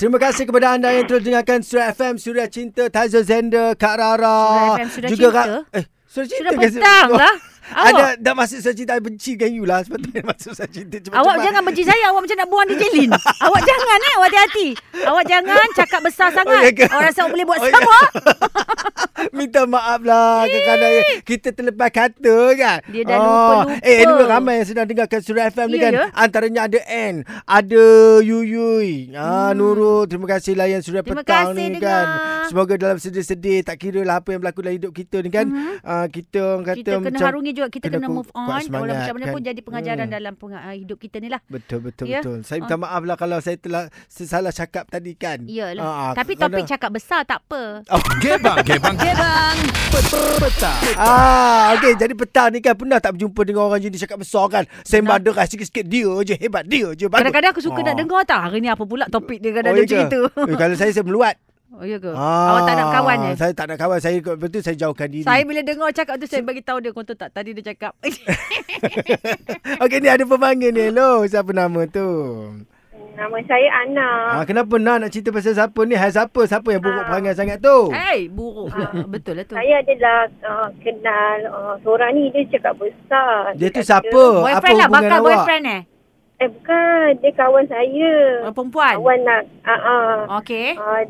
Terima kasih kepada anda yang terus dengarkan Suria FM, Suria Cinta, Tazo Zender, Kak Rara. Suria FM, Suria Cinta? Kak- eh, Suria Cinta Sudah ke? petang lah. Awak, Ada dah masuk Suria Cinta, I benci dengan you lah. Sebab tu I masuk Suria Cinta. Cepat-cepat. awak jangan benci saya. Awak macam nak buang DJ Lin. awak jangan eh. Awak hati-hati. Awak jangan cakap besar sangat. ya ke? awak rasa awak boleh buat Oh, ya. sama. Minta maaf lah kadang-kadang ya. kita terlepas kata kan. Dia dah lupa-lupa. Eh, anyway, ramai yang sedang dengarkan Suria FM ni Ya, kan. ya. Antaranya ada Ann, ada Yuyui, ah, Nurul. Terima kasih lah yang Suria Hmm. Terima Petang kasih ni dengar. kan. Semoga dalam sedih-sedih, tak kira lah apa yang berlaku dalam hidup kita ni kan. Ah, kita orang kata Hmm. Kita kena macam, harungi juga. Kita kena kena, ku- move kuat on. Walau semangat, macam mana pun kan? jadi pengajaran Hmm. dalam peng- ah, hidup kita ni lah. Betul betul Ya. betul. Saya minta maaf lah kalau saya telah salah cakap tadi kan. Iyalah. Ah, ah, Tapi kadang- topik cakap besar tak apa. Oh. Gebang, gebang, Gebang. petang. Ah, okey. Jadi petang ni kan pernah tak berjumpa dengan orang jenis cakap besar kan? Sembah deras sikit-sikit dia je hebat dia je bagus. Kadang-kadang aku suka Ah. nak dengar tau. Hari ni apa pula topik dia ya kadang-kadang macam ke? itu. Eh, kalau saya saya meluat. Ah, Oh ya ke? Awak tak nak kawan eh? Saya tak nak kawan. Saya betul saya jauhkan diri. Saya bila dengar cakap tu saya bagi tahu dia kau tahu tak tadi dia cakap. okey ni ada pemanggil ni. Hello, siapa nama tu? Nama saya Ana. Ah, kenapa nak nak cerita pasal siapa ni? Hai siapa? Siapa yang Ah. buruk perangai sangat tu? hey, buruk. Betul lah tu. Saya adalah uh, kenal uh, seorang ni dia cakap besar. Dia tu kata- siapa? Apa Boyfriend lah, hubungan bakal awak? boyfriend eh. Eh bukan, dia kawan saya. Oh, perempuan. Kawan nak uh, uh, Okey. uh,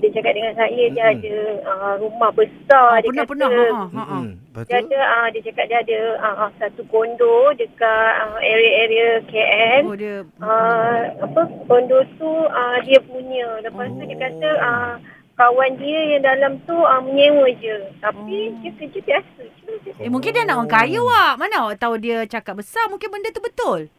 dia cakap dengan saya dia Mm-mm. ada uh, rumah besar. Oh, dia pernah pernah. kata, Ha ha. ha. Mm-mm, Betul. Dia ada uh, dia cakap dia ada uh, uh, satu kondo dekat uh, area-area KL. Oh dia Uh, apa kondo tu uh, dia punya. Lepas tu dia kata Oh. uh, kawan dia yang dalam tu uh, menyewa je. Tapi Oh. dia kerja biasa je. Eh mungkin dia nak orang kaya wak. Mana awak tahu dia cakap besar mungkin benda tu betul.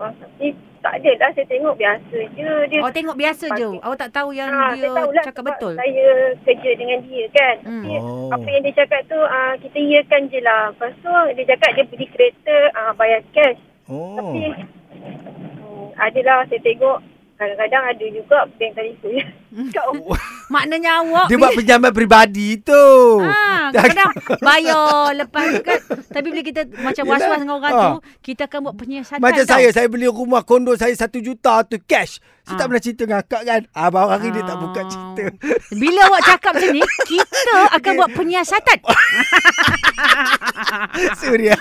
Ah, Tapi tak ada lah saya tengok biasa je dia. Awak tengok biasa je. Awak tak tahu yang Ah, Oh, dia tahulah cakap sebab betul. Saya kerja dengan dia kan. Hmm. Tapi Oh. apa yang dia cakap tu ah, kita iakan je lah. Lepas tu dia cakap dia beli kereta ah, bayar cash. Oh. Tapi hmm, adalah saya tengok kadang-kadang ada juga bank tadi tu. Kat rumah. Maknanya awak Dia buat pinjaman peribadi tu. Ah, Dah- kadang bayar lepas tu kan. Tapi bila kita macam Yelah. was-was dengan orang Ah. tu, kita akan buat penyiasatan. Macam tau. saya, saya beli rumah kondo saya satu juta tu cash. Saya tak Ah. pernah cerita dengan akak kan. Ah, baru hari dia tak buka cerita. Bila awak cakap macam ni, kita akan buat penyiasatan. Suria.